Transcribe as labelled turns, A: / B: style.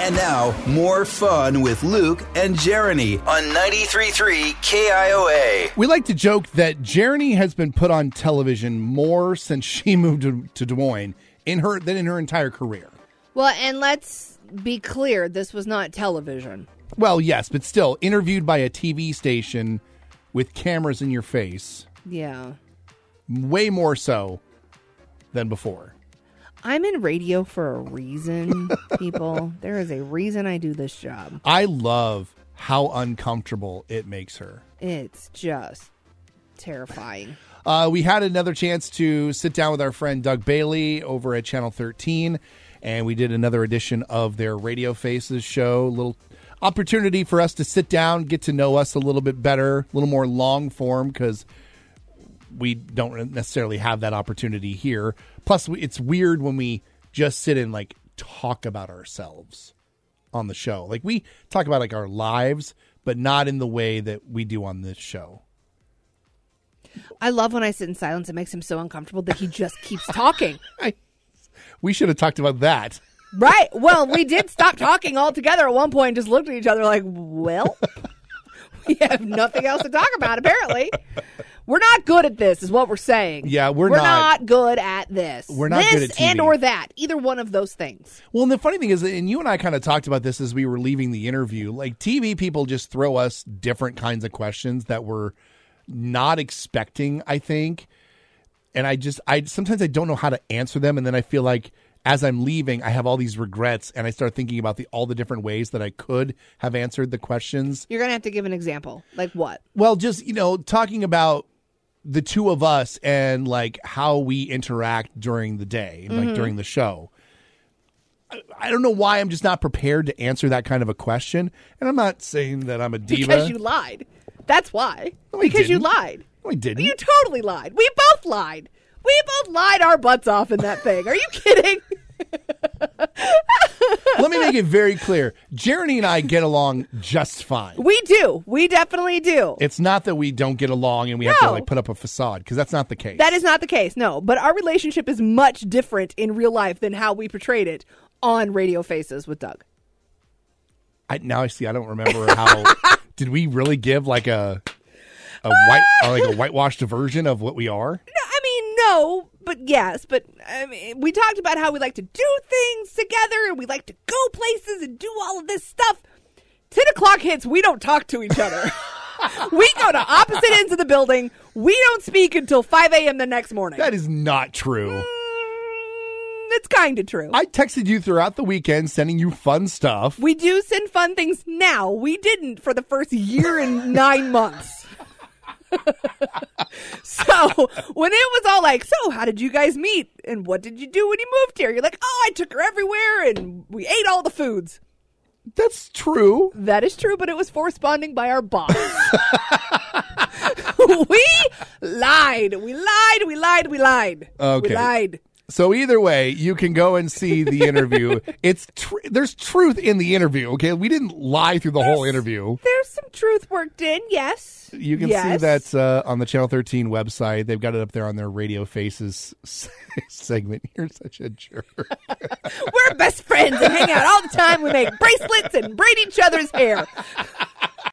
A: And now, more fun with Luke and Jeremy on 93.3 KIOA.
B: We like to joke that Jeremy has been put on television more since she moved to, to Des Moines in her than in her entire career.
C: Well, and let's be clear this was not television.
B: Well, yes, but still interviewed by a TV station with cameras in your face,
C: Yeah.
B: way more so than before.
C: I'm in radio for a reason, people. there is a reason I do this job.
B: I love how uncomfortable it makes her.
C: It's just terrifying.
B: Uh, we had another chance to sit down with our friend Doug Bailey over at Channel 13, and we did another edition of their Radio Faces show. Little opportunity for us to sit down, get to know us a little bit better, a little more long form because we don't necessarily have that opportunity here. Plus, we- it's weird when we just sit and like talk about ourselves on the show. Like we talk about like our lives, but not in the way that we do on this show.
C: I love when I sit in silence. It makes him so uncomfortable that he just keeps talking.
B: I, we should have talked about that.
C: Right. Well, we did stop talking altogether at one point and just looked at each other like, well, we have nothing else to talk about, apparently. We're not good at this, is what we're saying.
B: Yeah, we're
C: we're
B: not.
C: not. good at this.
B: We're not
C: this
B: good at TV.
C: and or that. Either one of those things.
B: Well, and the funny thing is, and you and I kind of talked about this as we were leaving the interview. Like TV people just throw us different kinds of questions that we're not expecting. I think, and I just, I sometimes I don't know how to answer them, and then I feel like as I'm leaving, I have all these regrets, and I start thinking about the all the different ways that I could have answered the questions.
C: You're gonna have to give an example. Like what?
B: Well, just you know, talking about the two of us and like how we interact during the day,
C: Mm-hmm.
B: like during the show. I- I don't know why I'm just not prepared to answer that kind of a question, and I'm not saying that I'm a diva.
C: Because you lied. That's why.
B: No, I
C: because you
B: didn't. Hmm?
C: lied.
B: No, I didn't.
C: You totally lied. We both lied. We both lied our butts off in that thing. Are you kidding?
B: Let me make it very clear: Jeremy and I get along just fine.
C: We do. We definitely do.
B: It's not that we don't get along and we have to
C: No.
B: like put up a facade because that's not the case.
C: That is not the case, no. But our relationship is much different in real life than how we portrayed it on Radio Faces with Doug.
B: I, now I see. I don't remember how. did we really give like a a white uh, like a whitewashed version of what we are?
C: No, I mean, no, but yes. But I mean, we talked about how we like to do things together and we like to go places and do all of this stuff. 10 o'clock hits, we don't talk to each other. we go to opposite ends of the building. We don't speak until 5 a.m. the next morning.
B: That is not true.
C: Mm, it's kind of true.
B: I texted you throughout the weekend sending you fun stuff.
C: We do send fun things now. We didn't for the first year and nine months. so when it was all like, so how did you guys meet and what did you do when you moved here? You're like, oh, I took her everywhere and we ate all the foods.
B: That's true.
C: That is true, but it was corresponding by our boss. we lied. We lied. We lied. We lied.
B: Okay.
C: We lied.
B: So either way, you can go and see the interview. it's tr- there's truth in the interview. Okay, we didn't lie through the whole interview.
C: There's some truth worked in. Yes.
B: You can
C: Yes.
B: see that uh, on the Channel 13 website. They've got it up there on their Radio Faces se- segment. You're such a jerk.
C: We're best friends and hang out all the time. We make bracelets and braid each other's hair.